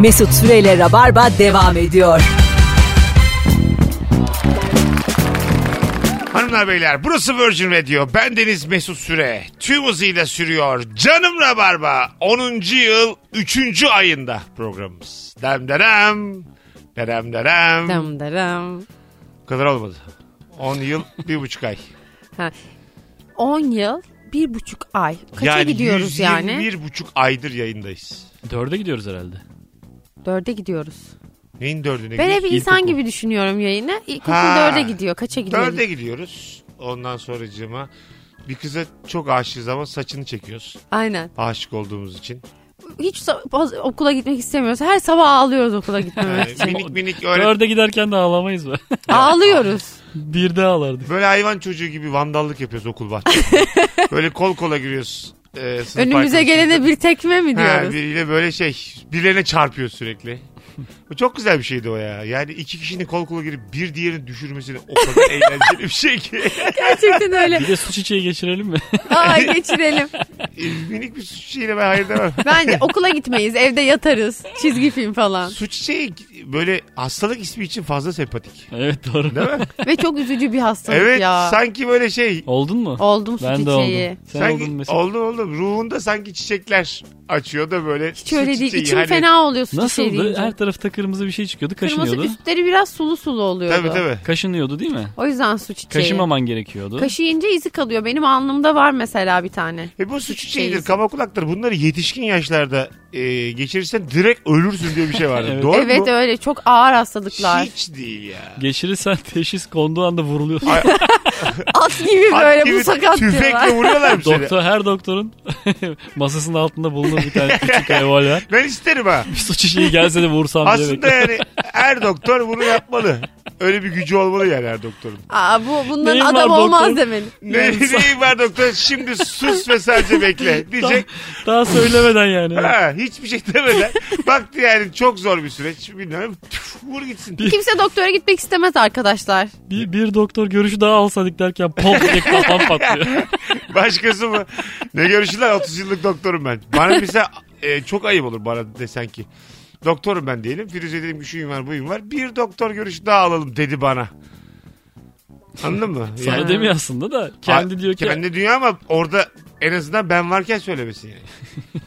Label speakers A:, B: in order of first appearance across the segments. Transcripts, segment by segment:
A: Mesut Süreyle Rabarba devam ediyor.
B: Hanımlar beyler burası Virgin Radio. Ben Deniz Mesut Süre. Tüm hızıyla sürüyor. Canım Rabarba 10. yıl 3. ayında programımız. Dem derem. Derem derem.
C: Dam daram.
B: Bu kadar olmadı. 10 yıl 1,5 ay.
C: Ha. 10 yıl, bir buçuk ay. Kaça gidiyoruz yani?
B: 1,5 aydır yayındayız.
D: Dörde gidiyoruz herhalde.
C: Dörde gidiyoruz.
B: Neyin dördüne
C: Ben hep
B: gidiyoruz?
C: insan
D: İlkokul.
C: gibi düşünüyorum yayını. İlkokul
B: Ha.
C: dörde gidiyor. Kaça gidiyoruz?
B: Dörde gidiyoruz. Ondan sonracığıma bir kıza çok aşığız ama saçını çekiyoruz.
C: Aynen.
B: Aşık olduğumuz için.
C: Hiç sa- poz- okula gitmek istemiyoruz. Her sabah ağlıyoruz okula gitmemek
B: Yani
C: için.
B: minik minik öğret
D: Dörde giderken de ağlamayız mı?
C: ağlıyoruz.
D: Bir de ağlardık.
B: Böyle hayvan çocuğu gibi vandallık yapıyoruz okul bahçesinde. böyle kol kola giriyoruz. e, sınıf
C: Önümüze
B: arkadaşlarıyla.
C: gelene bir tekme mi
B: Ha,
C: diyoruz?
B: biriyle böyle şey birilerine çarpıyor sürekli. Bu çok güzel bir şeydi o ya. Yani iki kişinin kol kola girip bir diğerini düşürmesini o kadar eğlenceli bir şey ki.
C: Gerçekten öyle.
D: Bir de su çiçeği geçirelim mi?
C: Aa geçirelim.
B: E, Minik bir su çiçeğiyle ben hayır demem.
C: Bence okula gitmeyiz. Evde yatarız. Çizgi film falan.
B: su çiçeği şey, böyle hastalık ismi için fazla sempatik.
D: evet doğru.
B: Değil mi?
C: Ve çok üzücü bir hastalık
B: evet
C: ya.
B: sanki böyle şey.
D: Oldun mu?
C: Oldum su
D: ben de
C: çiçeği.
D: oldum. Sen
B: Sanki,
D: oldun mesela.
B: oldu oldu. Ruhunda sanki çiçekler açıyor da böyle.
C: Hiç öyle değil. İçim
B: hani-
C: fena oluyor su çiçeği
D: Nasıldı?
C: deyince.
D: Her tarafta kırmızı bir şey çıkıyordu.
C: Kırmızı
D: Kaşınıyordu.
C: üstleri biraz sulu sulu oluyordu.
B: Tabii tabii.
D: Kaşınıyordu değil mi?
C: O yüzden su çiçeği.
D: Kaşımaman gerekiyordu.
C: Kaşıyınca izi kalıyor. Benim alnımda var mesela bir tane.
B: E bu suç
C: çiçeğiyiz.
B: çiçeğidir, kama kulaktır. Bunları yetişkin yaşlarda e, geçirirsen direkt ölürsün diye bir şey vardı.
D: Evet.
B: Doğru
C: evet
B: mu?
C: öyle çok ağır hastalıklar.
B: Hiç değil ya.
D: Geçirirsen teşhis konduğu anda vuruluyorsun.
C: At gibi
B: At
C: böyle
B: gibi
C: bu sakat
B: Tüfekle
C: diyorlar.
B: vuruyorlar mı seni?
D: Doktor her doktorun masasının altında bulunur bir tane küçük revolver.
B: Ben isterim ha.
D: Bir su çiçeği gelse de vursam diye
B: Aslında
D: bekliyorum.
B: yani her doktor bunu yapmalı. Öyle bir gücü olmalı yani her doktorun.
C: Aa, bu, bunların
D: Neyin
C: adam
D: var
C: olmaz
D: doktor?
C: demeli.
B: Ne neyin var doktor? Şimdi sus ve sadece bekle diyecek.
D: Daha söylemeden yani.
B: Ha, hiçbir şey demeden. Baktı yani çok zor bir süreç. Bilmiyorum. Tüf, vur gitsin.
C: Kimse doktora gitmek istemez arkadaşlar.
D: Bir, bir doktor görüşü daha alsaydık derken pop diye kafam patlıyor.
B: Başkası mı? Ne görüşürler 30 yıllık doktorum ben. Bana mesela e, çok ayıp olur bana desen ki. Doktorum ben diyelim. Firuze dedim ki şuyum var buyum var. Bir doktor görüşü daha alalım dedi bana. Anladın mı?
D: Sana
B: Yani-
D: demiyor aslında da. Kendi
B: Ha,
D: diyor ki
B: Kendi diyor ama orada en azından ben varken söylemesin yani.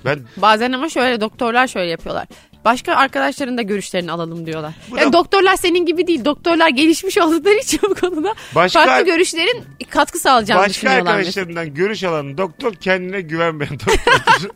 B: Ben
C: Bazen ama şöyle doktorlar şöyle yapıyorlar. Başka arkadaşların da görüşlerini alalım diyorlar.
B: Bu
C: Yani
B: da-
C: doktorlar senin gibi değil. Doktorlar gelişmiş oldukları için bu konuda
B: Başka-
C: farklı görüşlerin katkı sağlayacağını
B: başka
C: düşünüyorlar.
B: arkadaşlarımdan görüş alan doktor kendine güvenmeyen doktor.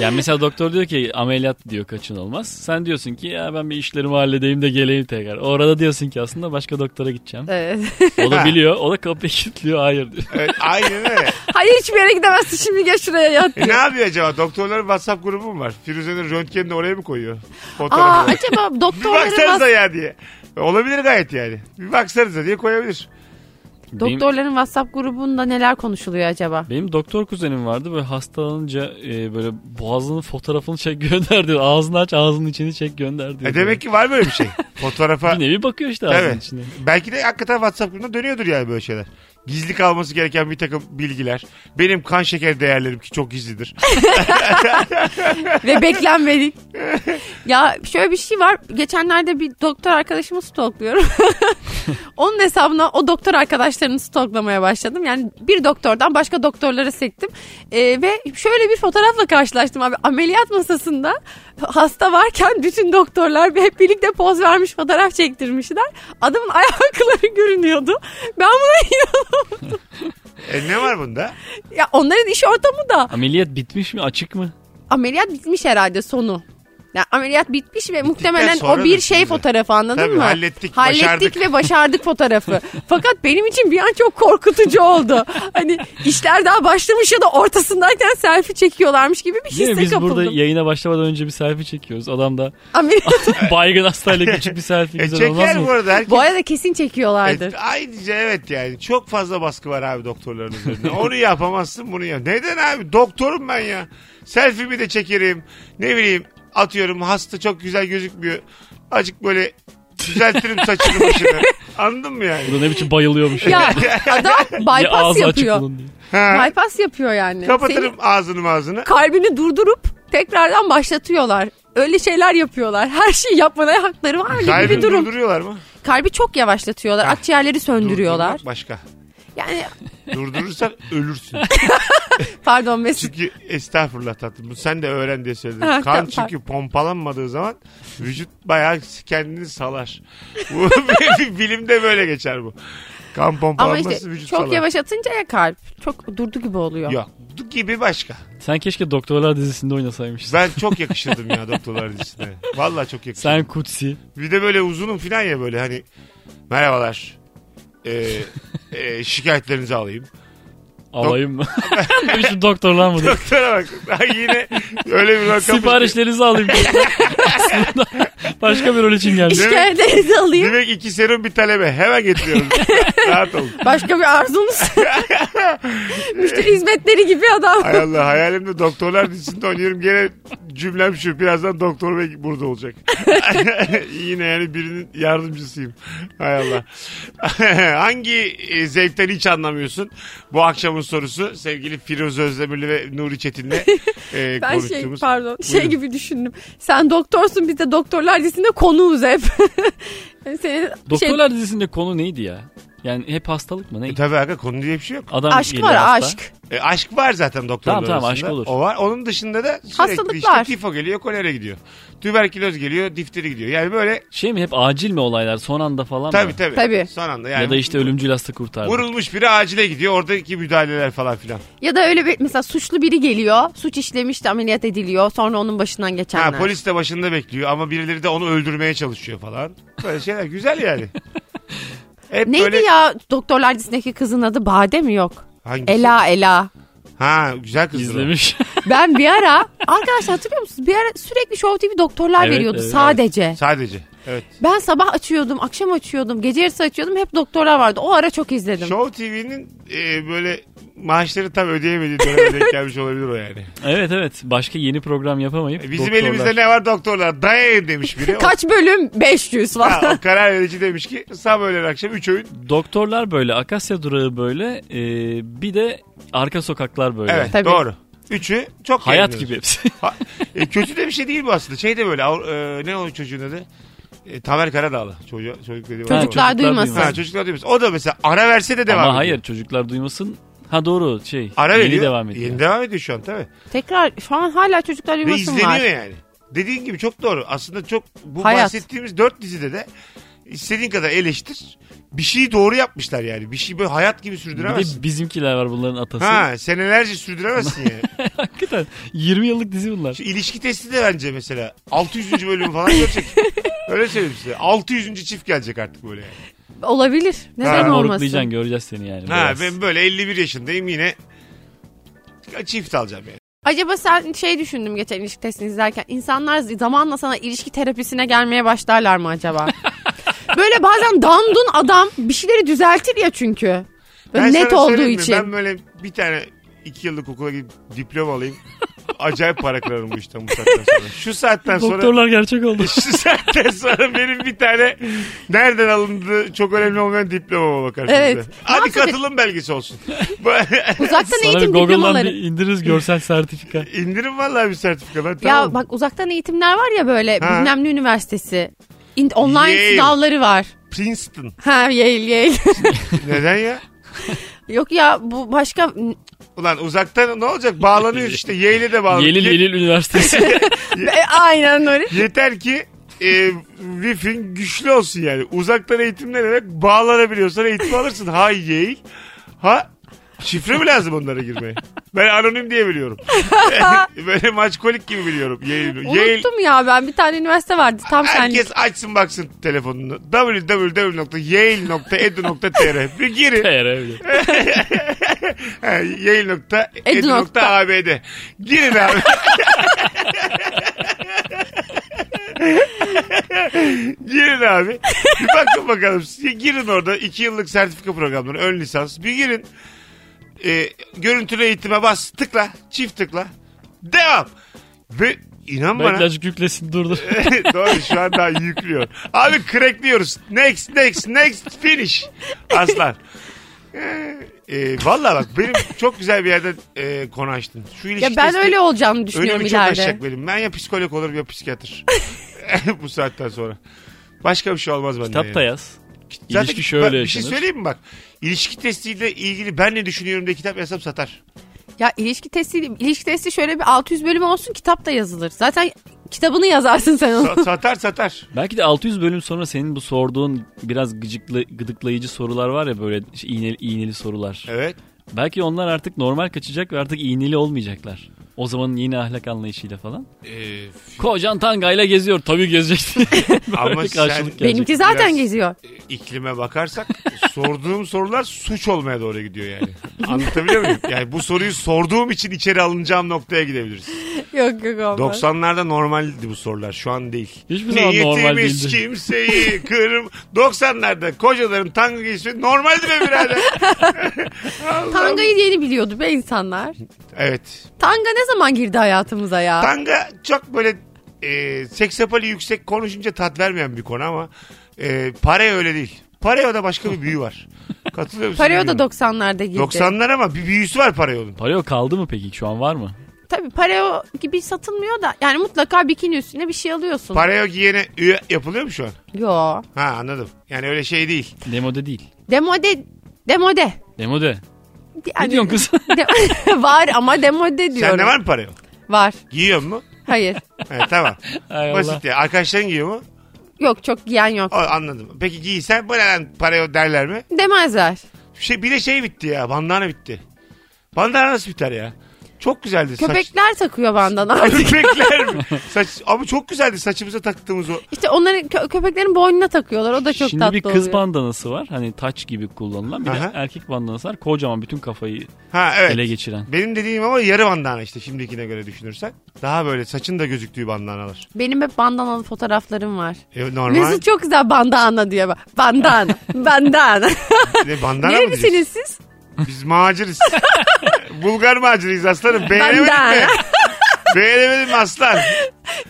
D: Yani mesela doktor diyor ki ameliyat diyor kaçınılmaz. Sen diyorsun ki ya ben bir işlerimi halledeyim de geleyim tekrar. Orada diyorsun ki aslında başka doktora gideceğim.
C: Evet.
D: O da biliyor. O da kapıyı kilitliyor. Hayır diyor.
B: evet, aynen öyle.
C: Hayır hiçbir yere gidemezsin şimdi gel şuraya yat.
B: E, ne yapıyor acaba? Doktorların WhatsApp grubu mu var? Firuze'nin röntgenini oraya mı koyuyor? Fotoğrafı.
C: Aa acaba
B: Bir
C: doktorların,
B: baksanıza
C: vas-
B: ya diye. Olabilir gayet yani. Bir baksanıza diye koyabilir.
D: Benim,
C: doktorların WhatsApp grubunda neler konuşuluyor acaba?
D: benim doktor kuzenim vardı. Böyle hastalanınca e, böyle boğazının fotoğrafını çek gönder diyor. Ağzını aç ağzının içini çek gönder diyor.
B: E demek ki var böyle bir şey. Fotoğrafa.
D: Bir nevi bakıyor işte ağzının
B: Evet.
D: içine.
B: Belki de hakikaten WhatsApp grubunda dönüyordur yani böyle şeyler. Gizli kalması gereken bir takım bilgiler. Benim kan şeker değerlerim ki çok gizlidir.
C: Ve beklenmedik. ya şöyle bir şey var. Geçenlerde bir doktor arkadaşımı stalkluyorum. Onun hesabına o doktor arkadaşlarını stalklamaya başladım. Yani bir doktordan başka doktorlara sektim. Ee, ve şöyle bir fotoğrafla karşılaştım abi. Ameliyat masasında hasta varken bütün doktorlar hep birlikte poz vermiş fotoğraf çektirmişler. Adamın ayakları görünüyordu. Ben buna inanamadım.
B: E ne var bunda?
C: Ya onların iş ortamı da
D: Ameliyat bitmiş mi? Açık mı?
C: ameliyat bitmiş herhalde sonu. Ya ameliyat bitmiş ve muhtemelen
B: sonra
C: o bir
B: da
C: şey
B: şimdi.
C: fotoğrafı anladın
B: Tabii,
C: mı?
B: hallettik,
C: hallettik
B: başardık.
C: ve başardık fotoğrafı. Fakat benim için bir an çok korkutucu oldu. Hani işler daha başlamış ya da ortasındayken selfie çekiyorlarmış gibi bir
D: Değil mi?
C: hisse
D: Biz
C: kapıldım.
D: burada yayına başlamadan önce bir selfie çekiyoruz. Adam da
C: Ameliyat-
D: baygın hastayla küçük bir selfie
B: E
D: güzel olmaz
B: çeker
D: mı?
B: bu arada. Herkes...
C: Bu arada kesin
B: E,
C: çekiyorlardır.
B: ayrıca evet yani çok fazla baskı var abi doktorların üzerinde. Onu yapamazsın bunu yap. Neden abi? Doktorum ben ya. Selfie'mi de çekerim. Ne bileyim atıyorum hasta çok güzel gözükmüyor. Acık böyle düzeltirim saçını başını. Anladın mı yani?
D: Bu da ne biçim bayılıyormuş.
C: ya adam
D: Ya
C: bypass
D: ağzı açık
C: yapıyor.
D: bulun diye.
B: Ha,
C: Bypass yapıyor yani.
B: kapatırım
C: Senin
B: ağzını ağzını.
C: kalbini durdurup tekrardan başlatıyorlar. öyle şeyler yapıyorlar. Her şeyi yapmaya hakları var mı gibi
B: Kalbi
C: bir durum.
B: durduruyorlar mı?
C: Kalbi çok yavaşlatıyorlar. Akciğerleri söndürüyorlar.
B: Durdurmak başka.
C: Yani
B: Durdurursan ölürsün.
C: pardon Mesut.
B: Çünkü estağfurullah tatlım. Bunu sen de öğren diye söyledim.
C: Ha,
B: kan
C: tamam.
B: çünkü pompalanmadığı zaman vücut bayağı kendini salar. Bu bir- bir bilimde böyle geçer bu. Kan
C: Ama
B: pompalanması
C: işte
B: vücut
C: çok
B: salar.
C: yavaş atınca ya kalp. Çok durdu gibi oluyor.
B: Yok. Bu gibi başka.
D: Sen keşke doktorlar dizisinde oynasaymışsın.
B: Ben çok yakışırdım ya doktorlar dizisine. Vallahi çok yakışırdım.
D: Sen Kutsi.
B: Bir de böyle uzunum falan ya böyle hani merhabalar. Ee, e, şikayetlerinizi alayım.
D: Alayım mı? Bir Şu doktorlar mı?
B: Doktora bak. Ay yine öyle bir rakam.
D: Siparişlerinizi alayım. Aslında başka bir rol için geldim.
C: İşkencelerinizi alayım.
B: Demek iki serum bir talebe. Hemen getiriyorum. Rahat olun.
C: Başka bir arzunuz. Müşteri hizmetleri gibi adam.
B: Hay Allah hayalimde doktorlar dizisinde oynuyorum. Gene cümlem şu birazdan doktor bey burada olacak. Yine yani birinin yardımcısıyım. Hay Allah. Hangi e, zevkten hiç anlamıyorsun? Bu akşamın sorusu sevgili Firuze Özdemirli ve Nuri Çetin'le e,
C: Ben şey
B: konuştuğumuz.
C: pardon şey
B: Buyurun.
C: gibi düşündüm. Sen doktorsun biz de doktorlar dizisinde konuğuz hep. Yani Senin şey,
D: Doktorlar dizisinde konu neydi ya? Yani hep hastalık mı? Ne?
B: E, tabii aga konu diye bir şey yok.
D: Adam
C: aşk
D: geliyor
C: var
D: hasta.
C: aşk.
B: E, aşk var zaten doktorlar
D: Tamam, tamam,
B: arasında.
D: aşk olur.
B: O var. Onun dışında da sürekli işte
C: Hastalıklar.
B: tifo geliyor, kolera gidiyor. Tüberküloz geliyor, difteri gidiyor. Yani böyle
D: Şey mi hep acil mi olaylar son anda falan
B: tabii
D: mı?
B: tabii.
C: Tabii.
B: Son anda yani.
D: Ya da işte ölümcül hasta kurtardı.
B: Vurulmuş biri acile gidiyor. Oradaki müdahaleler falan filan.
C: Ya da öyle bir mesela suçlu biri geliyor. Suç işlemiş de ameliyat ediliyor. Sonra onun başından
B: Ha,
C: geçenler.
B: polis de başında bekliyor ama birileri de onu öldürmeye çalışıyor falan. Böyle şeyler güzel yani. Hep
C: Neydi
B: böyle...
C: ya doktorlar dizisindeki kızın adı Bade mi yok?
B: Hangisi?
C: Ela Ela.
B: Ha güzel kızdır o.
D: İzlemiş.
C: Ben bir ara arkadaşlar hatırlıyor musunuz? Bir ara sürekli Show TV doktorlar
D: Evet,
C: veriyordu
D: evet.
C: sadece.
B: Sadece. Evet.
C: Ben sabah açıyordum, akşam açıyordum, gece yarısı açıyordum. Hep doktorlar vardı. O ara çok izledim.
B: Show TV'nin böyle maaşları tam ödeyemediği döneme denk gelmiş olabilir o yani.
D: evet evet. Başka yeni program yapamayıp
B: E, Bizim
D: doktorlar-
B: elimizde ne var doktorlar? Dayayın demiş biri. O-
C: Kaç bölüm? 500 falan.
B: Ha, o karar verici demiş ki sabah öğlen akşam 3 öğün.
D: Doktorlar böyle, Akasya Durağı böyle, e, bir de arka sokaklar böyle.
B: Evet
C: Tabii.
B: doğru. Üçü çok
D: Hayat
B: beğeniyoruz.
D: gibi hepsi.
B: Ha- e, kötü de bir şey değil bu aslında. Şey de böyle Avru- e, ne o çocuğun adı? E, Tamer Karadağlı. Çocuğa, çocuk dediğim
C: Çocuklar
B: adam.
D: çocuklar
C: duymasın.
B: Ha,
D: duymasın.
B: çocuklar diyoruz. O da mesela ara verse de devam
D: Ama
B: ediyor.
D: hayır çocuklar duymasın. Ha doğru şey.
B: Ara
D: yeni
B: veriyor.
D: devam ediyor.
B: Yeni devam ediyor şu an tabii.
C: Tekrar şu an hala çocuklar
B: Ve
C: yumasın
B: izleniyor
C: var.
B: yani. Dediğin gibi çok doğru. Aslında çok bu
C: Hayat.
B: bahsettiğimiz dört dizide de istediğin kadar eleştir. Bir şeyi doğru yapmışlar yani. Bir şeyi böyle hayat gibi
D: bir
B: sürdüremezsin.
D: de bizimkiler var bunların atası.
B: Ha senelerce sürdüremezsin yani.
D: Hakikaten 20 yıllık dizi bunlar.
B: Şu ilişki testi de bence mesela 600. bölüm falan görecek. Öyle söyleyeyim size. 600. çift gelecek artık böyle. Yani.
C: Olabilir. Neden
D: Sen
C: olmasın?
D: morgulayacaksın göreceğiz seni yani.
B: Ha
D: biraz.
B: ben böyle 51 yaşındayım yine çift alacağım yani.
C: Acaba sen şey düşündüm geçen ilişki testini izlerken. İnsanlar zamanla sana ilişki terapisine gelmeye başlarlar mı acaba? Böyle bazen dandun adam bir şeyleri düzeltir ya çünkü. Böyle
B: Ben
C: net
B: sana
C: olduğu
B: söyleyeyim mi?
C: için.
B: Ben böyle bir tane 2 yıllık okula gidip diploma alayım. Acayip para kırarım bu işten bu saatten sonra. Şu saatten sonra
D: Doktorlar gerçek oldu.
B: şu saatten sonra benim bir tane nereden alındığı çok önemli olmayan diplomama bakarsınız.
C: Evet.
B: da.
C: Ne
B: Hadi
C: yapacak-
B: katılım belgesi olsun.
C: Uzaktan
D: Sana bir
C: eğitim
D: Google'dan
C: diplomaları.
D: bir indiririz görsel sertifika.
B: İndirin vallahi bir sertifika. Ben
C: Ya
B: tamam.
C: bak uzaktan eğitimler var ya böyle
B: Ha.
C: bilmem ne üniversitesi. İn- online
B: Yale.
C: sınavları var.
B: Princeton.
C: Ha Yale Yale.
B: Neden ya?
C: Yok ya bu başka
B: Ulan uzaktan ne olacak? Bağlanıyoruz işte. Yale'e de bağlanıyoruz.
D: Yelil
B: Ye-
D: Yelil Üniversitesi.
C: E, aynen öyle.
B: Yeter ki e, Wi-Fi'nin güçlü olsun yani. Uzaktan eğitim ne demek? Bağlanabiliyorsan eğitim alırsın. Ha Yale. Ha Şifre mi lazım onlara girmeye? Ben anonim diye biliyorum. Böyle maçkolik gibi biliyorum. Yale. Yale.
C: Unuttum ya ben bir tane üniversite vardı tam senlik.
B: Herkes açsın baksın telefonunu. www.yale.edu.tr Bir girin.
D: Hayır, öyle.
B: Ha, Yale Ee, nokta edu nokta ABD. Girin abi. girin abi. Bir bakın bakalım. Siz Girin orada. iki yıllık sertifika programları. Ön lisans. Bir girin. Ee, görüntülü eğitime bas. Tıkla. Çift tıkla. Devam. Ve inan
D: Bekle
B: bana.
D: azıcık yüklesin durdur.
B: Doğru şu an daha yüklüyor. Abi crackliyoruz. Next, next, next finish. Aslan. Ee, e, valla bak benim çok güzel bir yerden e, konu açtın. Şu ilişki
C: Ya ben
B: testi
C: öyle olacağını düşünüyorum
B: önümü çok
C: ileride.
B: aşacak benim. Ben ya psikolog olurum ya psikiyatr. Bu saatten sonra. Başka bir şey olmaz benden.
D: Kitap
B: yani.
D: da yaz.
B: Zaten
D: İlişki şöyle
B: bak, Bir şey
D: yaşanır.
B: söyleyeyim mi bak? İlişki testiyle ilgili ben ne düşünüyorum diye kitap yazsam satar.
C: Ya ilişki testi ilişki testi şöyle bir 600 bölüm olsun kitap da yazılır. Zaten kitabını yazarsın sen onu.
B: Sa- satar satar.
D: Belki de 600 bölüm sonra senin bu sorduğun biraz gıcıklı, gıdıklayıcı sorular var ya böyle işte iğneli, iğneli sorular.
B: Evet.
D: Belki onlar artık normal kaçacak ve artık iğneli olmayacaklar. O zamanın yeni ahlak anlayışıyla falan.
B: Ee,
D: Kocan tangayla geziyor. Tabii gezeceksin.
B: ama
D: bir
B: sen
D: karşılık gelecek.
C: Benimki zaten
B: Biraz-
C: geziyor.
B: iklime bakarsak sorduğum sorular suç olmaya doğru gidiyor yani. Anlatabiliyor muyum? Yani bu soruyu sorduğum için içeri alınacağım noktaya gidebiliriz.
C: Yok yok olmaz.
B: 90'larda normaldi bu sorular. Şu an değil.
D: Hiçbir zaman normal
B: Niyetimiz
D: değildi.
B: kimseyi kırım. 90'larda kocaların tanga giysi normaldi be birader.
C: Tanga'yı yeni biliyordu be insanlar.
B: Evet.
C: Tanga ne zaman girdi hayatımıza ya?
B: Tanga çok böyle e, seksapali yüksek konuşunca tat vermeyen bir konu ama e, pareo öyle değil. Pareo'da başka bir büyü var. Katılıyor musun?
C: Pareo da
B: bilmiyorum.
C: 90'larda girdi.
B: 90'lar ama bir büyüsü var Pareo'nun.
D: Pareo kaldı mı peki? Şu an var mı?
C: Tabii pareo gibi satılmıyor da yani mutlaka bikini üstüne bir şey alıyorsun.
B: Pareo giyene üye yapılıyor mu şu an?
C: Yo.
B: Ha anladım. Yani öyle şey değil.
D: Demode değil.
C: Demode demode.
D: Demode.
C: Yani-
D: Ne diyorsun kız?
C: De- var ama demode diyorum.
B: Sende var mı pareo?
C: Var.
B: Giyiyor mu?
C: Hayır.
B: He, tamam.
D: Ay Allah.
B: Basit ya. Arkadaşların giyiyor mu?
C: Yok çok giyen yok.
B: O, anladım. Peki giysen bu ne lan pareo derler mi?
C: Demezler.
B: Şey, bir de şey bitti ya. Bandana bitti. Bandana nasıl biter ya? Çok güzeldi. Saç...
C: Köpekler takıyor bandana artık.
B: Köpekler mi? Saç... Ama çok güzeldi saçımıza taktığımız o.
C: İşte onların kö- köpeklerin boynuna takıyorlar. O da çok
D: Şimdi
C: tatlı
D: bir kız
C: oluyor.
D: bandanası var. Hani taç gibi kullanılan. Bir
B: Aha.
D: de erkek bandanası var. Kocaman bütün kafayı
B: Ha evet.
D: ele geçiren.
B: Benim dediğim ama yarı bandana işte şimdikine göre düşünürsen. Daha böyle saçın da gözüktüğü bandanalar.
C: Benim hep bandanalı fotoğraflarım var.
B: E, normal.
C: Mesut çok güzel bandana diyor. bak. Bandana. bandana.
B: Ne, bandana mı diyorsun?
C: Nerelisiniz siz?
B: Biz maciriz. Bulgar maciriyiz aslanım. Beğenemedin mi?
C: Bandana.
B: Beğenemedin mi aslan?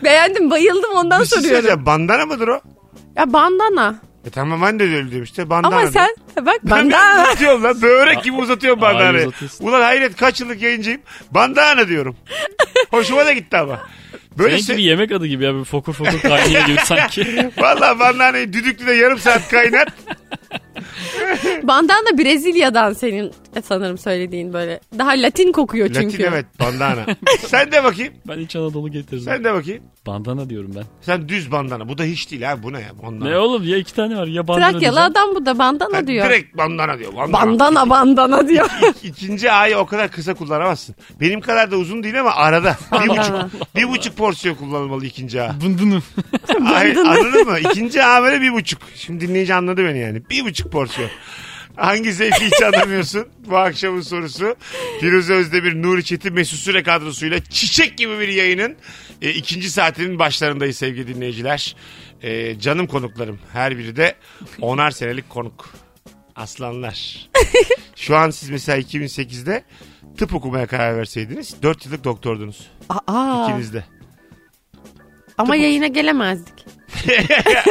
C: Beğendim bayıldım ondan
B: Bir şey
C: soruyorum.
B: söyleyeceğim. Bandana mıdır o?
C: ya bandana.
B: E tamam ben de öyle diyorum işte. Bandana.
C: Ama sen bak bandana.
B: Ben uzatıyorum lan. Börek gibi uzatıyorum
D: Ay,
B: bandanayı.
D: uzatıyorsun.
B: Ulan hayret kaç yıllık yayıncıyım. Bandana diyorum. Hoşuma da gitti ama. Böyle
D: Seninki bir
B: şey.
D: yemek adı gibi ya. Böyle fokur fokur kaynıyor gibi sanki.
B: Valla bandanayı düdüklüde yarım saat kaynat.
C: bandana Brezilya'dan senin e, sanırım söylediğin böyle. Daha Latin kokuyor çünkü.
B: Latin evet bandana. sen de bakayım.
D: Ben İç Anadolu getirdim.
B: Sen de bakayım.
D: Bandana diyorum ben.
B: Sen düz bandana. Bu da hiç değil ha. Bu ne ya? Bandana.
D: Ne oğlum ya iki tane var. Ya bandana
C: Trakyalı
D: diyeceğim.
C: adam bu da bandana
B: Ben
C: diyor.
B: Direkt bandana diyor. Bandana.
C: Bandana bandana diyor.
B: İk- İkinci A'yı o kadar kısa kullanamazsın. Benim kadar da uzun değil ama arada. Bir
C: Bandana.
B: buçuk, bir buçuk porsiyon kullanılmalı ikinci A.
D: Bındınım.
B: Ay, anladın mı? İkinci A böyle bir buçuk. Şimdi dinleyici anladı beni yani. Bir buçuk porsiyon. Hangi zevki hiç anlamıyorsun? Bu akşamın sorusu. Firuze Özdemir, Nuri Çetin, Mesut Süre kadrosuyla çiçek gibi bir yayının e, ikinci saatinin başlarındayız sevgili dinleyiciler. E, canım konuklarım. Her biri de onar senelik konuk. Aslanlar. Şu an siz mesela 2008'de tıp okumaya karar verseydiniz 4 yıllık doktordunuz
C: Aa,
B: ikiniz de.
C: ama yayına gelemezdik.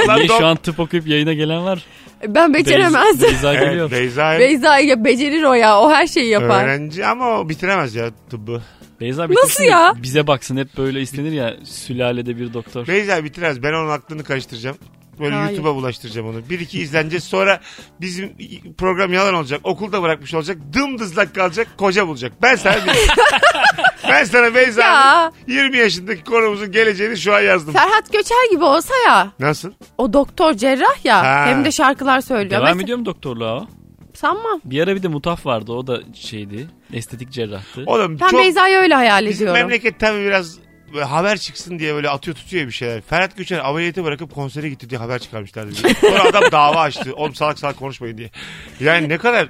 B: Lan
D: Niye
B: dok-
D: şu an tıp okuyup yayına gelen var?
C: E, Ben beceremezdim.
D: Beyza- Beyza
B: Evet,
D: geliyor.
B: Beyza-
C: Beyza ya becerir o ya. O her şeyi yapar.
B: Öğrenci ama o bitiremez ya tıbbı.
D: Beyza
C: Nasıl
D: bitirsin de
C: ya?
D: Bize baksın hep böyle istenir ya sülalede bir doktor.
B: Beyza bitiremez. Ben onun aklını karıştıracağım. Böyle
C: Hayır.
B: YouTube'a bulaştıracağım onu. Bir iki izleneceğiz. Sonra bizim program yalan olacak. Okulda bırakmış olacak. Dımdızlak kalacak. Koca bulacak. Ben sana bilirim. ben sana Beyza'nın
C: Ya.
B: 20 yaşındaki konumuzun geleceğini şu an yazdım.
C: Ferhat Göçer gibi olsa ya.
B: Nasıl?
C: O doktor cerrah ya.
B: Ha.
C: Hem de şarkılar söylüyor.
D: Devam
C: Mesela-
D: ediyor mu doktorluğa o?
C: Sanmam.
D: Bir ara bir de mutaf vardı o da şeydi estetik cerrahtı.
B: Oğlum
C: Ben
B: çok...
C: Beyza'yı öyle hayal
B: Bizim
C: ediyorum.
B: memleket tabii biraz böyle haber çıksın diye böyle atıyor tutuyor bir şeyler. Ferhat Göçer ameliyatı bırakıp konsere gitti diye haber çıkarmışlardı. bize. Sonra adam dava açtı. Oğlum salak salak konuşmayın diye. Yani ne kadar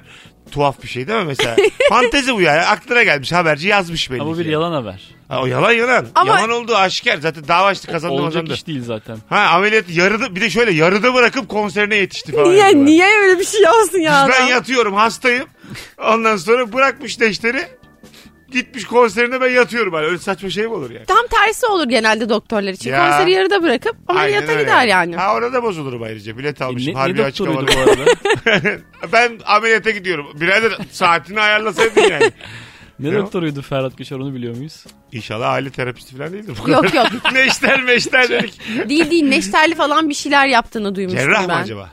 B: tuhaf bir şey değil mi mesela? Fantezi bu yani. Aklına gelmiş haberci yazmış belli
D: Ama bu
B: ki
D: bir
B: yani.
D: yalan haber.
B: Ha, o yalan yalan.
C: Ama-
B: Yalan olduğu aşikar. Zaten dava açtı kazandı
D: Olacak
B: kazandı.
D: iş değil zaten.
B: Ha ameliyatı yarıda bir de şöyle yarıda bırakıp konserine yetişti falan.
C: Niye
B: Yani.
C: niye öyle bir şey olsun ya
B: Ben
C: adam?
B: yatıyorum hastayım. Ondan sonra bırakmış deşleri. Gitmiş konserine ben yatıyorum. Hani. Öyle saçma şey mi olur yani?
C: Tam tersi olur genelde doktorlar için.
B: Ya.
C: Konseri yarıda bırakıp ameliyata
B: öyle.
C: gider yani.
B: Ha orada bozulurum ayrıca. Bilet almışım.
D: E, ne
B: Harbi açık
D: doktoruydu
B: havada.
D: bu arada?
B: ben ameliyata gidiyorum. Birader saatini ayarlasaydın yani.
D: ne
B: Ne o?
D: doktoruydu Ferhat Göçer onu biliyor muyuz?
B: İnşallah aile terapisti falan değildir. bu
C: Yok
B: kadar.
C: yok.
B: Neşter meşter dedik.
C: Değil değil. Neşterli falan bir şeyler yaptığını duymuştum
B: Cerrah mı
C: ben.
B: acaba?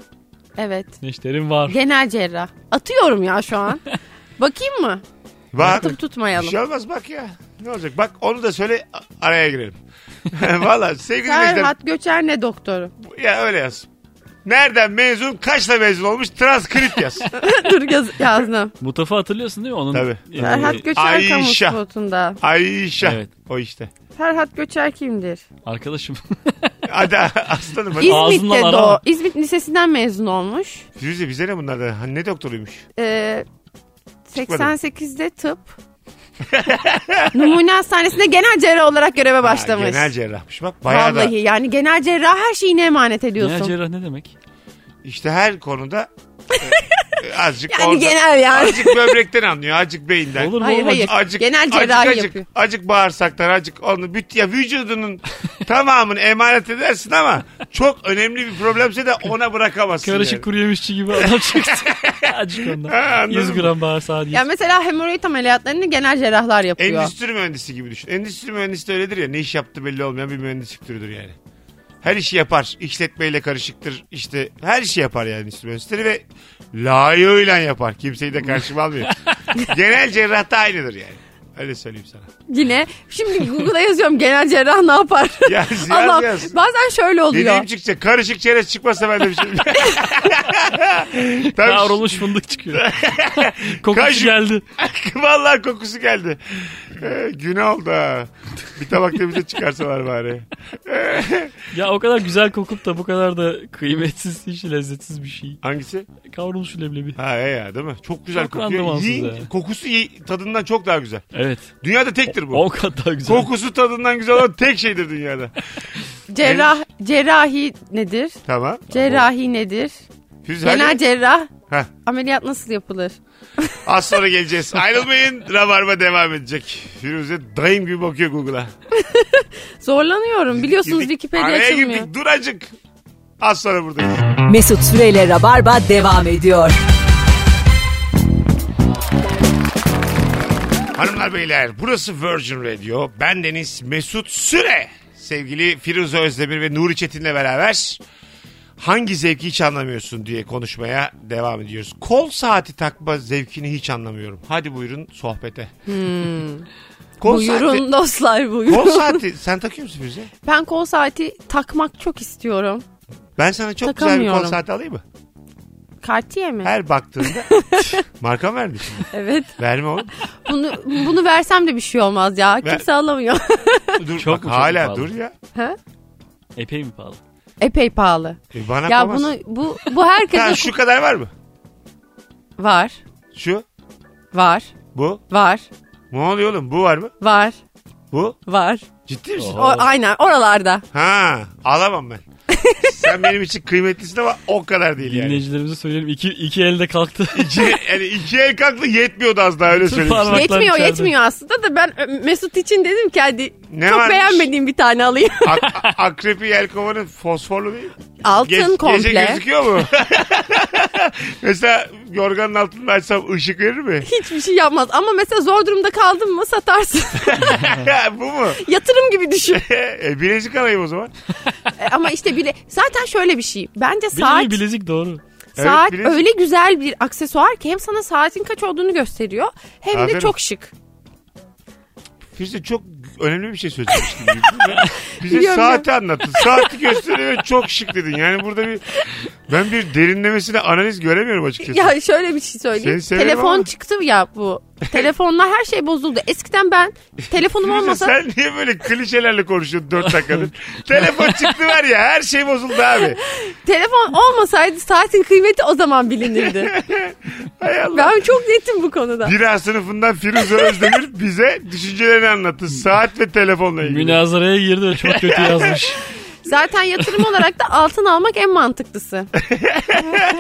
C: Evet.
D: Neşterim var.
C: Genel cerrah. Atıyorum ya şu an. Bakayım mı?
B: Bak.
C: Atıp
B: Bir
C: tutmayalım.
B: şey olmaz bak ya. Ne olacak? Bak onu da söyle a- araya girelim. Valla sevgili dinleyiciler
C: Serhat Göçer ne doktoru?
B: ya öyle yaz. Nereden mezun, kaçla mezun olmuş transkript yaz.
C: Dur yaz, yazdım.
D: Mutafı hatırlıyorsun değil mi? Onun,
B: Tabii.
D: e,
C: Serhat Göçer
B: Ee, Ayşe.
C: kamu spotunda.
B: Ayşe.
D: Evet.
B: O işte.
C: Serhat Göçer kimdir?
D: arkadaşım.
B: Hadi aslanım. Hadi.
D: Ağzından
C: İzmit'te
D: ara.
C: doğ. İzmit Lisesi'nden mezun olmuş.
B: Firuze bize ne bunlardan? Ha, ne doktoruymuş?
C: Ee, 88'de tıp. Numune Hastanesi'nde genel cerrah olarak göreve başlamış.
B: Ha, genel cerrahmış bak. Bayağı
C: Vallahi
B: da
C: yani genel cerrah her şeyine emanet
D: Genel
C: ediyorsun.
D: cerrah ne demek?
B: işte her konuda e, azıcık
C: yani
B: orada-
C: genel yani.
B: Azıcık böbrekten anlıyor, azıcık beyinden.
D: Olur mu?
C: Hayır
D: olmaz?
C: hayır.
B: Acık,
C: genel
B: acık,
C: cerrahi
B: acık,
C: yapıyor.
B: Acık bağırsaklar, acık onu büt ya vücudunun tamamını emanet edersin ama çok önemli bir problemse de ona bırakamazsın.
D: Karışık kuru yemişçi gibi adam çıksın. Azıcık
B: Ha,
D: ondan.
B: anladım.
D: 100 gram bağırsağı değil.
C: Ya mesela hemoroid ameliyatlarını genel cerrahlar
B: yani.
C: yapıyor.
B: Endüstri mühendisi gibi düşün. Endüstri mühendisi de öyledir ya. Ne iş yaptı belli olmayan bir mühendislik türüdür yani. Her işi yapar. İşletmeyle karışıktır. İşte her işi yapar yani endüstri mühendisleri ve layığıyla yapar. Kimseyi de karşıma almıyor. Genel cerrah da aynıdır yani. Öyle söyleyeyim sana.
C: Yine şimdi Google'a yazıyorum genel cerrah ne yapar?
B: Yaz, yaz,
C: Allah
B: yaz.
C: bazen şöyle
B: Dediğim
C: oluyor.
B: çıkacak. Karışık çerez çıkmazsa ben de bir şey... Tabii
D: Kavrulmuş fındık çıkıyor. Kokusu
B: Kaju.
D: geldi.
B: Vallahi kokusu geldi. Ee, günah oldu ha. Bir tabak temize çıkarsalar bari.
D: Ya o kadar güzel kokup da bu kadar da kıymetsiz, hiç lezzetsiz bir şey.
B: Hangisi?
D: Kavrulmuş leblebi.
B: Ha e ya değil mi? Çok güzel
D: Çok
B: kokuyor.
D: randımansız
B: Yiyin,
D: ha.
B: kokusu iyi, tadından çok daha güzel.
D: Evet.
B: Dünyada tektir bu.
D: O kadar güzel.
B: Kokusu tadından güzel olan tek şeydir dünyada.
C: Cerrah cerrahi nedir?
B: Tamam.
C: Cerrahi nedir?
B: Firuze,
C: Genel
B: hadi.
C: cerrah
B: Heh.
C: ameliyat nasıl yapılır?
B: Az sonra geleceğiz. Ayrılmayın. Rabarba devam edecek. Firuze dayım gibi bakıyor Google'a.
C: Zorlanıyorum. Biliyorsunuz
B: Girdik.
C: Wikipedia
B: Araya
C: açılmıyor.
B: girdik. Dur acık. Az sonra buradayız.
A: Mesut Süreyle Rabarba devam ediyor.
B: Hanımlar beyler burası Virgin Radio. Ben Deniz Mesut Süre. Sevgili Firuze Özdemir ve Nuri Çetin'le beraber hangi zevki hiç anlamıyorsun diye konuşmaya devam ediyoruz. Kol saati takma zevkini hiç anlamıyorum. Hadi buyurun sohbete. Kol
C: Hmm. Buyurun
B: saati.
C: dostlar buyurun.
B: Kol saati sen takıyor musun Firuze?
C: Ben kol saati takmak çok istiyorum.
B: Ben sana çok güzel bir kol
C: Takamıyorum.
B: saati alayım mı?
C: Cartier mi?
B: Her baktığında marka mı verdi şimdi?
C: Evet.
B: Verme oğlum.
C: Bunu bunu versem de bir şey olmaz ya.
B: Ver.
C: Kimse alamıyor.
B: Dur,
D: Çok
B: bak,
D: mu çok
B: hala
D: pahalı?
B: dur ya.
C: Ha?
D: Epey mi pahalı?
C: Epey pahalı.
B: E, bana
C: ya
B: koymaz.
C: bunu bu bu
B: Ha,
C: herkese
B: şu kadar var mı?
C: var.
B: Şu,
C: Var.
B: bu.
C: Var.
B: Ne oluyor oğlum? Bu var mı?
C: Var.
B: Bu.
C: Var.
B: Ciddi misin?
C: O, aynen oralarda.
B: Ha, alamam ben. Sen benim için kıymetlisin ama o kadar değil yani.
D: Dinleyicilerimize söyleyelim. İki, iki elde kalktı.
B: İki, yani iki el kalktı yetmiyordu az daha öyle
D: Tüm
B: söyleyeyim. size.
D: parmak- Kulaklar
C: yetmiyor
D: içeride.
C: yetmiyor aslında da ben Ö- Mesut için dedim ki hadi
B: Ne
C: çok
B: varmış?
C: beğenmediğim bir tane alayım.
B: Ak- a- akrepi yelkovanın fosforlu değil. mi?
C: Altın
B: Ge-
C: komple.
B: Gece gözüküyor mu? Mesela yorganın altında açsam ışık verir mi?
C: Hiçbir şey yapmaz ama mesela zor durumda kaldın mı satarsın.
B: Bu mu?
C: Yatırım gibi düşün.
B: e, bilezik alayım o zaman.
C: E, ama işte bile zaten şöyle bir şey. Bence saat
D: Bilezik bilezik doğru.
C: saat
B: bilezik.
C: öyle güzel bir aksesuar ki hem sana saatin kaç olduğunu gösteriyor hem
B: Aferin.
C: de çok şık.
B: Firuze çok önemli bir şey söylemiş gibi. Bize
C: Biliyorum
B: saati anlattın. Saati gösteriyor ve çok şık dedin. Yani burada bir ben bir derinlemesine analiz göremiyorum açıkçası.
C: Ya şöyle bir şey söyleyeyim.
B: Seni severim
C: Telefon
B: ama.
C: çıktı ya bu. Telefonla her şey bozuldu. Eskiden ben telefonum
B: Firuze,
C: olmasa
B: sen niye böyle klişelerle konuşuyorsun 4 dakikadır? Telefon çıktı var ya her şey bozuldu abi.
C: telefon olmasaydı saatin kıymeti o zaman bilinirdi.
B: Hay Allah.
C: ben çok netim bu konuda.
B: Bir A sınıfından Firuze Özdemir bize düşüncelerini anlattı. Saat ve telefonla ilgili.
D: Münazaraya girdi ve çok kötü yazmış.
C: Zaten yatırım olarak da altın almak en mantıklısı.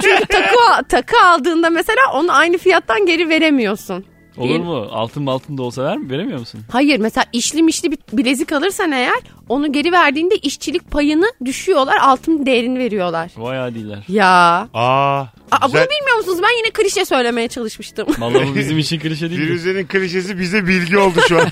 C: Çünkü takı takı aldığında mesela onu aynı fiyattan geri veremiyorsun.
D: Olur mu? Altın altın da olsa ver mi? Veremiyor musun?
C: Hayır mesela işli mişli bir bilezik alırsan eğer onu geri verdiğinde işçilik payını düşüyorlar altın değerini veriyorlar.
D: Vay adiler.
C: Ya.
B: Aa.
C: Aa,
B: güzel.
C: bunu bilmiyor musunuz? Ben yine klişe söylemeye çalışmıştım.
D: Vallahi bu bizim için klişe değil. mi?
B: Firuze'nin klişesi bize bilgi oldu şu an.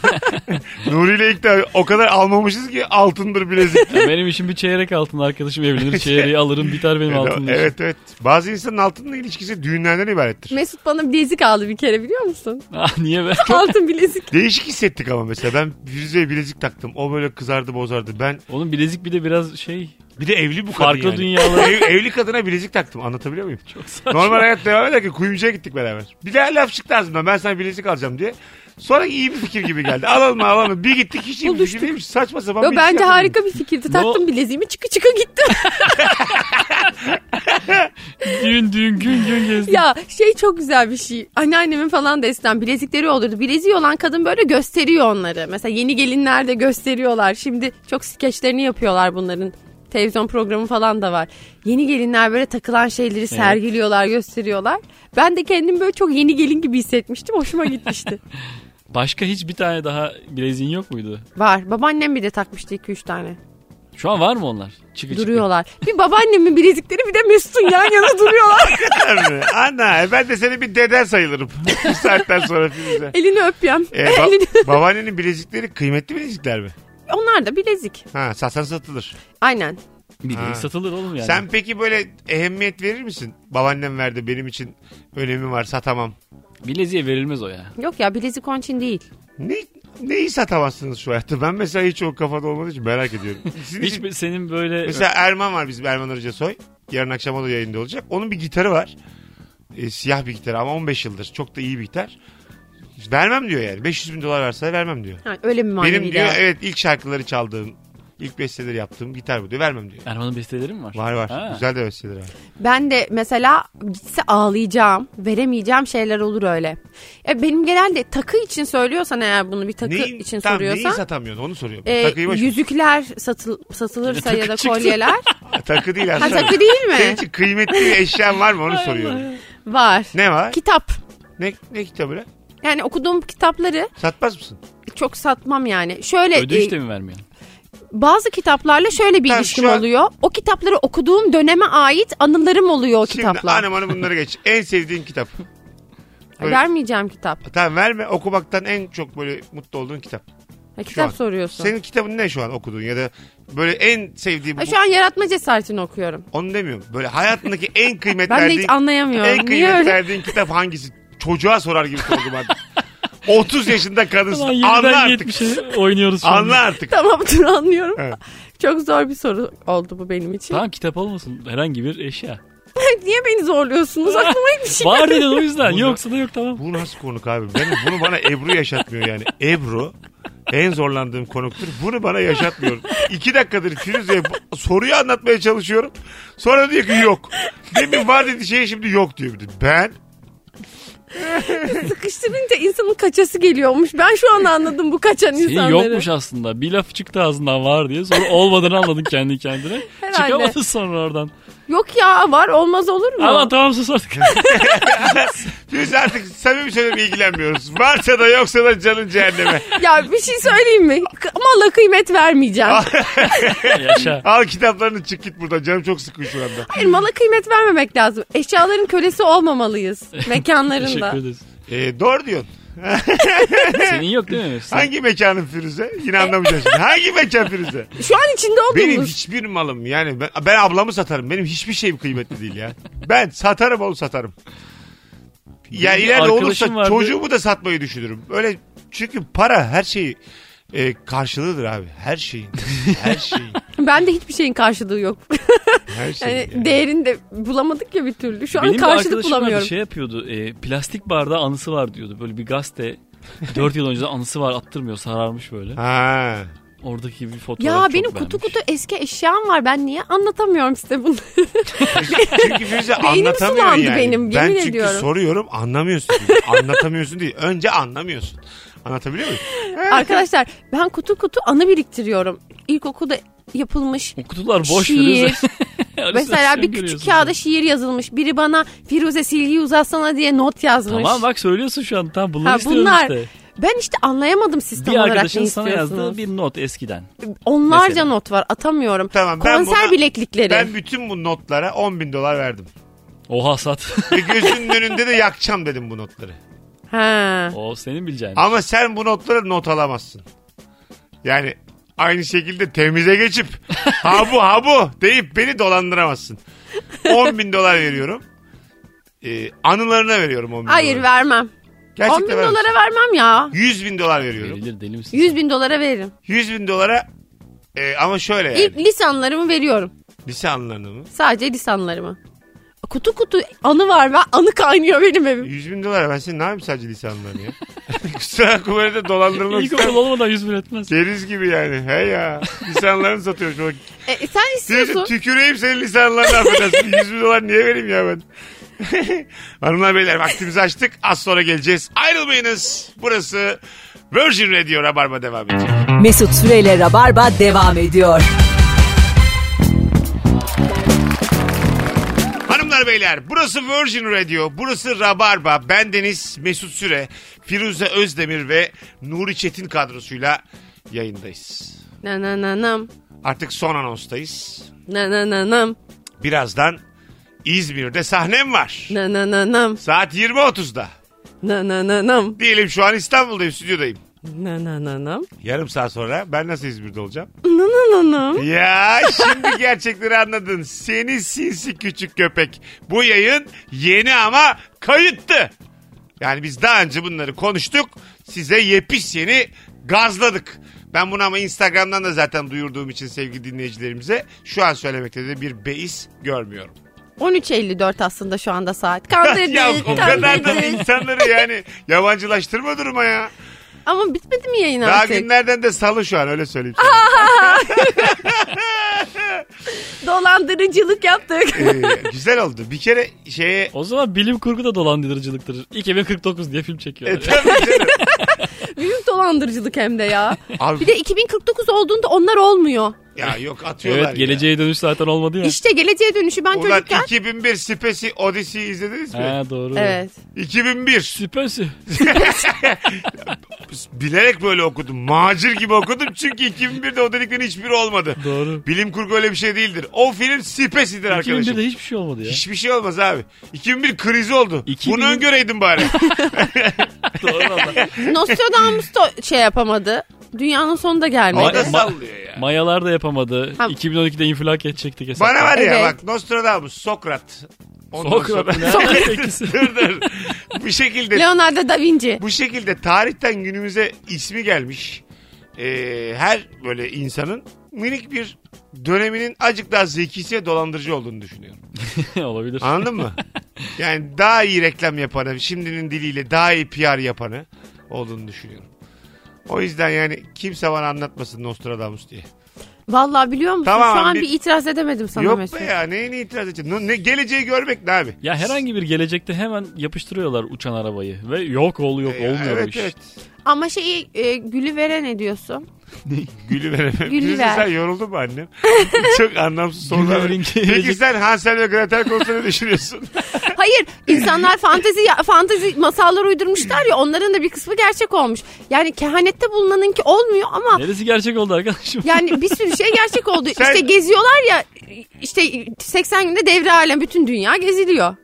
B: Nuri ile ilk de o kadar almamışız ki altındır bilezik.
D: Ya benim işim bir çeyrek altın arkadaşım evlenir. Çeyreği alırım biter benim altınım.
B: evet evet. Bazı insanın altınla ilişkisi düğünlerden ibarettir.
C: Mesut bana bilezik aldı bir kere biliyor musun?
D: Ah, niye be?
C: Altın bilezik.
B: Değişik hissettik ama mesela ben Firuze'ye bilezik taktım. O böyle kızardı bozardı. Ben
D: Oğlum bilezik bir de biraz şey
B: bir de evli bu kadın
D: farklı
B: yani.
D: dünyalar.
B: Ev- evli kadına bilezik taktım. Anlatabiliyor muyum?
D: Çok saçma.
B: Normal hayat devam ederken kuyumcuya gittik beraber. Bir de laf çıktı ağzımdan ben sana bilezik alacağım diye. Sonra iyi bir fikir gibi geldi. Alalım alalım. Bir gittik hiç iyi bir fikir
C: Buluştuk.
B: değilmiş. Saçma sapan
C: Yo,
B: bir
C: bence
B: şey
C: harika bir fikirdi. Taktım bileziğimi çıkı çıkı gittim.
D: Düğün düğün gün gün gezdik.
C: ya şey çok güzel bir şey. Anneannemin falan da eskiden bilezikleri olurdu. Bileziği olan kadın böyle gösteriyor onları. Mesela yeni gelinler de gösteriyorlar. Şimdi çok skeçlerini yapıyorlar bunların. Televizyon programı falan da var. Yeni gelinler böyle takılan şeyleri sergiliyorlar, gösteriyorlar. Ben de kendimi böyle çok yeni gelin gibi hissetmiştim. Hoşuma gitmişti.
D: Başka hiç bir tane daha bileziğin yok muydu?
C: var. Babaannem bir de takmıştı 2-3 tane.
D: Şu an var mı onlar? Çıkı
C: Duruyorlar. Bir babaannemin bilezikleri bir de Mesut'un yan yana duruyorlar.
B: yapamıyorum. Tabii. Ana e, ben de senin bir deden sayılırım. bu saatten sonra Firuze.
C: Elini öpüyorum.
B: Ee, ba-
C: Elini-
B: babaannenin bilezikleri kıymetli bilezikler mi?
C: Onlar da bilezik.
B: Ha satan satılır.
C: Aynen.
D: çıkı. Bilezik
B: Ha.
D: satılır oğlum yani.
B: Sen peki böyle ehemmiyet verir misin? Babaannem verdi benim için önemi var satamam.
D: Bileziğe verilmez o ya.
C: Yok ya bilezik onun için değil.
B: Ne, neyi satamazsınız şu hayatta? Ben mesela hiç o kafada olmadığı için merak ediyorum. Sizin için-
D: Hiç be- senin böyle
B: Mesela Erman var bizim Erman Arıca Soy. Yarın akşam o da yayında olacak. Onun bir gitarı var. E, siyah bir gitar ama 15 yıldır. Çok da iyi bir gitar. Vermem diyor yani. 500 bin dolar verse vermem diyor.
C: Ha, öyle mi manevi
B: Benim diyor
C: değer?
B: evet ilk şarkıları çaldığım, ilk besteleri yaptığım gitar bu diyor. Vermem diyor.
D: Erman'ın besteleri mi var?
B: Var var.
D: Ha.
B: Güzel de besteleri var.
C: Ben de mesela gitse ağlayacağım, veremeyeceğim şeyler olur öyle. E, benim genelde takı için söylüyorsan eğer bunu bir takı
B: Neyi-
C: için
B: tamam,
C: soruyorsan.
B: Neyi satamıyorsun onu soruyorum.
C: e,
B: Takıyı boş ver.
C: yüzükler satıl, satılırsa ya da kolyeler.
B: Takı değil
C: ha,
B: aslında.
C: takı değil
B: Senin
C: mi?
B: için kıymetli bir eşyan var mı onu soruyorum.
C: Var.
B: Ne var?
C: Kitap.
B: Ne, ne kitabı lan?
C: Yani okuduğum kitapları
B: Satmaz mısın?
C: çok satmam yani. Şöyle
D: Ödünç
C: e,
D: de mi vermiyor?
C: bazı kitaplarla şöyle bir
B: Tamam,
C: ilişkim
B: şu an-
C: oluyor. O kitapları okuduğum döneme ait anılarım oluyor o
B: Şimdi
C: kitaplar.
B: anam hanım bunları geç. En sevdiğin kitap.
C: Ay, Vermeyeceğim kitap.
B: Tamam verme okumaktan en çok böyle mutlu olduğun kitap.
C: Ha,
B: an.
C: kitap soruyorsun.
B: Senin kitabın ne şu an okuduğun ya da böyle en sevdiğin
C: Ha,
B: bu,
C: şu an yaratma cesaretini okuyorum.
B: onu demiyorum. Böyle hayatındaki en kıymet
C: Ben de
B: verdiğin,
C: hiç anlayamıyorum.
B: en
C: Niye
B: kıymet
C: öyle?
B: verdiğin kitap hangisi? Çocuğa sorar gibi sordum ben. 30 yaşında
D: Ulan
B: kadınsın.
D: yeniden
B: Anla artık.
D: 70'e oynuyoruz şu an.
B: Anla artık.
C: Tamam dur anlıyorum.
B: Evet.
C: Çok zor bir soru oldu bu benim için.
D: Tamam kitap olmasın herhangi bir eşya.
C: Niye beni zorluyorsunuz? Aklıma hiçbir şey
D: Var dedin o yüzden
B: Burada-
D: yoksa da yok tamam.
B: Bu nasıl konuk abi? Benim bunu bana Ebru yaşatmıyor yani. Ebru en zorlandığım konuktur. Bunu bana yaşatmıyor. İki dakikadır Firuze'ye bu- soruyu anlatmaya çalışıyorum. Sonra diyor ki yok. Demin var dedi şey şimdi yok diyor. bir de. Ben
C: sıkıştırınca insanın kaçası geliyormuş. Ben şu an anladım bu kaçan
D: Senin
C: insanları.
D: Şey, yokmuş aslında. Bir laf çıktı ağzından var diye. Sonra olmadığını anladın kendi kendine.
C: Herhalde.
D: Çıkamadın sonra oradan.
C: Yok ya var olmaz olur mu?
D: Ama tamam sus artık.
B: Biz artık samimi söylüyorum ilgilenmiyoruz. Varsa da yoksa da canın cehenneme.
C: Ya bir şey söyleyeyim mi? K- Mala kıymet vermeyeceğim.
D: Yaşa.
B: Al kitaplarını çık git buradan. Canım çok sıkıyor şu anda.
C: Hayır mala kıymet vermemek lazım. Eşyaların kölesi olmamalıyız mekanlarında.
D: Teşekkür ederiz.
B: Ee, doğru diyorsun.
D: Senin yok değil mi? Sen-
B: Hangi mekanın Firuze? Yine anlamayacağım şimdi. Hangi mekan Firuze?
C: Şu an içinde
B: Benim
C: olduğumuz.
B: hiçbir malım yani ben, ben ablamı satarım. Benim hiçbir şeyim kıymetli değil ya. Ben satarım onu satarım. Ya
D: Benim bir
B: ileride
D: arkadaşım
B: olursa
D: vardı.
B: çocuğumu da satmayı düşünürüm. Öyle çünkü para her şeyi e, karşılığıdır abi. Her şeyin. Her şeyin.
C: Ben de hiçbir şeyin karşılığı yok.
B: Her şeyin.
C: Yani
B: yani.
C: değerini de bulamadık ya bir türlü. Şu an
D: Benim bir
C: karşılık
D: arkadaşım vardı,
C: bulamıyorum.
D: şey yapıyordu. e, plastik bardağı anısı var diyordu. Böyle bir gazete. 4 yıl önceden anısı var attırmıyor sararmış böyle.
B: Ha.
D: Oradaki bir fotoğraf
C: Ya
D: çok
C: benim
D: beğenmiş.
C: kutu kutu eski eşyam var. Ben niye anlatamıyorum size bunu?
B: Çünkü Firuze
C: Beynim
B: anlatamıyor
C: sulandı
B: yani.
C: benim,
B: ben
C: yemin
B: çünkü
C: ediyorum.
B: soruyorum anlamıyorsun. diyor. Anlatamıyorsun değil. Önce anlamıyorsun. Anlatabiliyor muyum?
C: Arkadaşlar ben kutu kutu anı biriktiriyorum. İlkokulda yapılmış
D: O kutular boş
C: şiir,
D: verirse
C: Mesela bir küçük kağıda şiir yazılmış. Biri bana Firuze silgiyi uzatsana diye not yazmış.
D: Tamam bak söylüyorsun şu an. Tam bunları
C: Ha,
D: istiyorum
C: bunlar-
D: işte.
C: Ben işte anlayamadım sistem
D: Bir
C: olarak ne
D: arkadaşın sana yazdığı
C: istiyorsunuz.
D: bir not eskiden.
C: Onlarca
D: Mesela.
C: not var atamıyorum.
B: Tamam, ben
C: Konser
B: buna-
C: bileklikleri.
B: Ben bütün bu notlara 10 bin dolar verdim.
D: Oha sat.
B: Ve gözünün önünde de yakacağım dedim bu notları.
C: Ha.
D: o senin bileceğin.
B: Ama sen bu notları not alamazsın. Yani aynı şekilde temize geçip ha bu ha bu deyip beni dolandıramazsın. 10 bin dolar veriyorum. Ee, anılarına veriyorum 10 bin
C: Hayır
B: doları.
C: vermem. 10 bin
B: vermem.
C: dolara vermem ya.
B: 100 bin dolar veriyorum.
D: Verilir deli misin?
C: 100 bin dolara veririm.
B: 100 bin dolara e, ama şöyle yani.
C: İlk lisanlarımı veriyorum.
B: Lise anılarını mı?
C: Sadece lisanlarımı. Kutu kutu anı var ve anı kaynıyor benim evim.
B: 100 bin dolara ben senin ne yapayım sadece lise anılarını ya? Kusura bakma böyle de dolandırmak
D: İlk okul
B: istemem.
D: olmadan 100 bin etmez.
B: Deniz gibi yani. Hey ya. Lise anılarını satıyorum. Bak,
C: E, sen
B: Diyorsun
C: istiyorsun.
B: tüküreyim senin lisanlarına affedersin. 100 bin dolar niye vereyim ya ben? Hanımlar beyler vaktimizi açtık. Az sonra geleceğiz. Ayrılmayınız. Burası Virgin Radio Rabarba devam edecek.
A: Mesut Süreyle Rabarba devam ediyor.
B: Hanımlar beyler burası Virgin Radio, burası Rabarba. Ben Deniz Mesut Süre, Firuze Özdemir ve Nuri Çetin kadrosuyla yayındayız.
C: Na na na nam.
B: Artık son anonstayız.
C: Na na na nam.
B: Birazdan İzmir'de sahnem var.
C: Na na na nam.
B: Saat 20.30'da.
C: Na na na nam.
B: Diyelim şu an İstanbul'dayım, stüdyodayım.
C: Na na na nam.
B: Yarım saat sonra ben nasıl İzmir'de olacağım?
C: Na na na nam.
B: Ya şimdi gerçekleri anladın. Seni sinsi küçük köpek. Bu yayın yeni ama kayıttı. Yani biz daha önce bunları konuştuk. Size yepis yeni gazladık. Ben bunu ama Instagram'dan da zaten duyurduğum için sevgili dinleyicilerimize şu an söylemekte de bir beis görmüyorum.
C: 13.54 aslında şu anda saat.
B: ya
C: Kandırdık,
B: o kadar da
C: kandırdık.
B: insanları yani yabancılaştırma duruma ya.
C: Ama bitmedi mi yayın
B: Daha
C: artık?
B: günlerden de salı şu an öyle söyleyeyim sana.
C: Dolandırıcılık yaptık.
B: Ee, güzel oldu. Bir kere şeye...
D: O zaman bilim kurgu da dolandırıcılıktır. İlk evin 49 diye film
B: E,
D: çekiyorlar.
B: tabii canım.
C: Büyük dolandırıcılık hem de ya.
B: Abi-
C: Bir de 2049 olduğunda onlar olmuyor.
B: Ya yok atıyorlar
D: evet geleceğe dönüş zaten olmadı ya.
C: İşte geleceğe dönüşü ben
B: ya. Ulan
C: çocukken.
B: 2001 Space Odyssey izlediniz mi?
D: Ha doğru.
C: Evet.
B: 2001.
D: Süpersi.
B: Bilerek böyle okudum. Macir gibi okudum çünkü 2001'de o dediklerin hiçbiri olmadı.
D: Doğru.
B: Bilim kurgu öyle bir şey değildir. O film Space'idir arkadaşım.
D: 2001'de hiçbir şey olmadı ya.
B: Hiçbir şey olmaz abi. 2001 krizi oldu.
D: 2000
B: Bunu öngöreydin bari.
D: doğru valla.
C: Nostradamus da şey yapamadı. Dünyanın sonu da
B: o da
C: gelmedi.
D: Ama-
B: sallıyor ya.
D: Mayalar da yapamadı.
C: Tamam.
D: 2012'de infilak edecektik hesapta.
B: Bana var ya
C: Evet.
B: bak Nostradamus, Sokrat. Ondan
D: Sokrat
B: sonra-
D: ne? Sokrat.
B: dur dur. Bu şekilde
C: Leonardo da Vinci.
B: bu şekilde tarihten günümüze ismi gelmiş. Ee, her böyle insanın minik bir döneminin acık daha zekisi ve dolandırıcı olduğunu düşünüyorum.
D: Olabilir.
B: Anladın mı? Yani daha iyi reklam yapanı, şimdinin diliyle daha iyi PR yapanı olduğunu düşünüyorum. O yüzden yani kimse bana anlatmasın Nostradamus diye.
C: Vallahi biliyor musun?
B: Tamam,
C: Şu an
B: bir-
C: bir itiraz edemedim sana
B: Yok
C: Mesut.
B: be ya neyini itiraz edeceğim? Ne, ne- geleceği görmek ne abi?
D: Ya herhangi bir gelecekte hemen yapıştırıyorlar uçan arabayı ve yok oluyor yok
B: Ya,
D: olmuyor bu
B: E, evet
D: iş.
B: evet.
C: Ama şeyi e, gülü veren ne diyorsun?
B: Gülü veremem.
C: Gülü
B: Gülü
C: ver.
B: Sen yoruldun mu annem? Çok anlamsız
D: Gülü
B: sorular.
D: verin ki-
B: Peki sen Hansel ve Gretel konusunda ne düşünüyorsun?
C: Hayır, insanlar fantezi fantezi masallar uydurmuşlar ya onların da bir kısmı gerçek olmuş. Yani kehanette bulunanın ki olmuyor ama
D: Neresi gerçek oldu arkadaşım?
C: yani bir sürü şey gerçek oldu.
B: Sen-
C: İşte geziyorlar ya işte 80 günde devre alem bütün dünya geziliyor.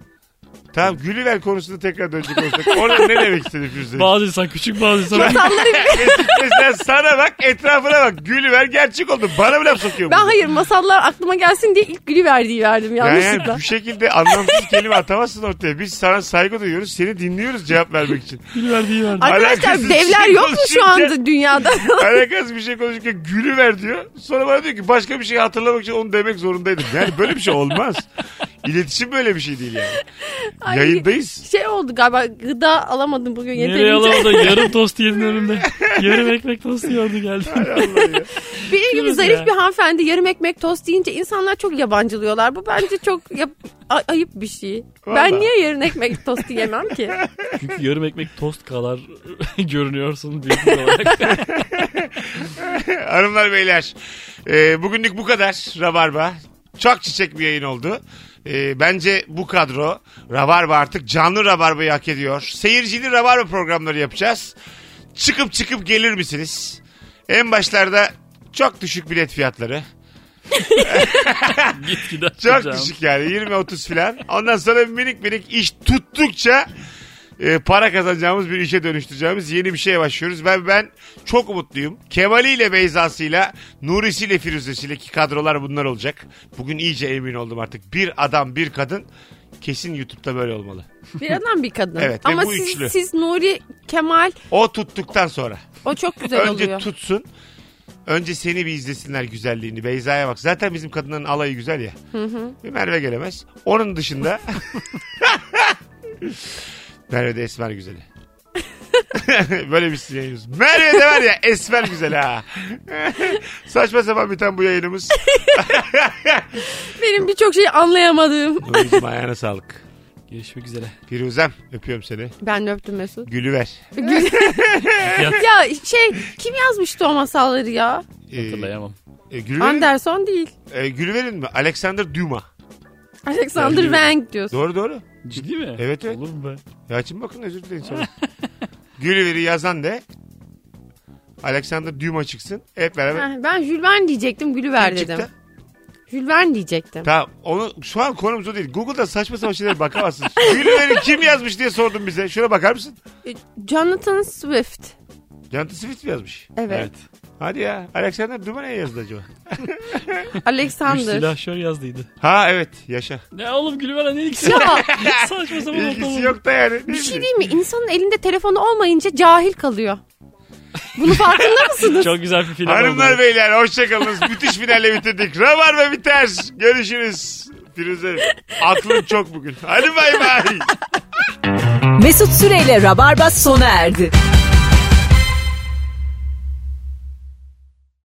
B: tamam Gülü ver konusunda tekrar dönecek olsak. Orada ne demek istedi Firuze?
D: Bazı insan küçük bazı insan
C: İnsanları
B: Mesut mesela sana bak etrafına bak. Gülü ver gerçek oldu. Bana mı laf sokuyor
C: ben
B: bu?
C: hayır masallar aklıma gelsin diye ilk gülü verdiği verdim
B: Yani, şey
C: yanlışlıkla.
B: bu şekilde anlamsız kelime atamazsın ortaya. Biz sana saygı duyuyoruz. Seni dinliyoruz cevap vermek için.
D: gül verdi iyi verdi.
C: Arkadaşlar
B: alakasız
C: devler
B: şey
C: yok mu şu
B: konuşunca-
C: anda dünyada?
B: Alakasız bir şey konuşurken gülü ver diyor. Sonra bana diyor ki başka bir şey hatırlamak için onu demek zorundaydım. Yani böyle bir şey olmaz. İletişim böyle bir şey değil yani.
C: Ay,
B: Yayındayız.
C: Şey oldu galiba gıda alamadım bugün
D: Nereye
C: yeterince.
D: alamadı? Yarım tost yedin önümde. Yarım ekmek tostu yiyordu geldi.
C: Benim gibi
D: Şurası
C: zarif
D: ya.
C: bir hanımefendi yarım ekmek tost deyince insanlar çok yabancılıyorlar. Bu bence çok yap- a- ayıp bir şey.
B: Vallahi.
C: Ben niye yarım ekmek tostu yemem ki?
D: Çünkü yarım ekmek tost kadar görünüyorsun büyük olarak.
B: Ee, Hanımlar beyler. e, bugünlük bu kadar. Rabarba. Çok çiçek bir yayın oldu. Ee, bence bu kadro Rabarba artık canlı Rabarba'yı hak ediyor. Seyircili Rabarba programları yapacağız. Çıkıp çıkıp gelir misiniz? En başlarda çok düşük bilet fiyatları.
D: Git gider.
B: Çok düşük yani 20-30 filan. Ondan sonra minik minik iş tuttukça e, para kazanacağımız bir işe dönüştüreceğimiz yeni bir şeye başlıyoruz. Ben ben çok umutluyum. Kemal'iyle ile Beyza'sıyla, Nurisi'yle Firuzesi'yle ki kadrolar bunlar olacak. Bugün iyice emin oldum artık. Bir adam bir kadın kesin YouTube'da böyle olmalı.
C: Bir adam bir kadın.
B: Evet, ve
C: Ama
B: bu
C: siz,
B: üçlü.
C: siz Nuri, Kemal
B: O tuttuktan sonra.
C: o çok güzel
B: Önce
C: oluyor.
B: tutsun. Önce seni bir izlesinler güzelliğini. Beyza'ya bak. Zaten bizim kadınların alayı güzel ya. Bir Merve gelemez. Onun dışında... Merve de esmer güzeli. Böyle bir şey yayınımız. Merve de var ya esmer güzel ha. Saçma sapan biten bu yayınımız.
C: Benim birçok şeyi anlayamadığım.
B: Nurcuğum ayağına sağlık.
D: Görüşmek üzere.
B: Firuzem öpüyorum seni.
C: Ben de öptüm Mesut.
B: Gülüver.
C: ya şey kim yazmıştı o masalları ya?
B: Ee,
D: Hatırlayamam.
B: e, Gülüver'in,
C: Anderson değil.
B: e, Gülüver'in mi? Alexander Duma.
C: Alexander
D: Yani-
C: Wang diyorsun.
B: Doğru doğru.
D: Ciddi mi?
B: Evet, evet.
D: Olur mu be?
B: Ya E, açın bakın özür dilerim sonra. Gülüver'i yazan de Alexander Duma çıksın. Hep beraber.
C: Heh, ben Jules Verne diyecektim Gülüver
B: Çıktı.
C: dedim. Jules Verne diyecektim.
B: Tamam. Onu, şu an konumuz o değil. Google'da saçma sapan şeylere bakamazsın. Gülüver'i kim yazmış diye sordun bize. Şuna bakar mısın?
C: E, Jonathan Swift.
B: Jonathan Swift mi yazmış?
C: Evet.
B: Hadi ya. Alexander Duma ne yazdı acaba?
D: Üç
C: Alexander.
D: silahşör yazdıydı.
B: Ha evet. Yaşa.
D: Ne oğlum Gülüver'e ne ilgisi?
C: Ya
D: Saçma sapan
B: İlgisi
D: ortamı.
B: yok da yani.
C: bir şey değil mi? İnsanın elinde telefonu olmayınca cahil kalıyor. Bunu farkında mısınız?
D: Çok güzel bir film
B: Hanımlar
D: oldu.
B: beyler hoşçakalınız. Müthiş finalle bitirdik. Rabar ve biter. Görüşürüz. Firuze aklın çok bugün. Hadi bay bay.
A: Mesut Süreyle Rabarba sona erdi.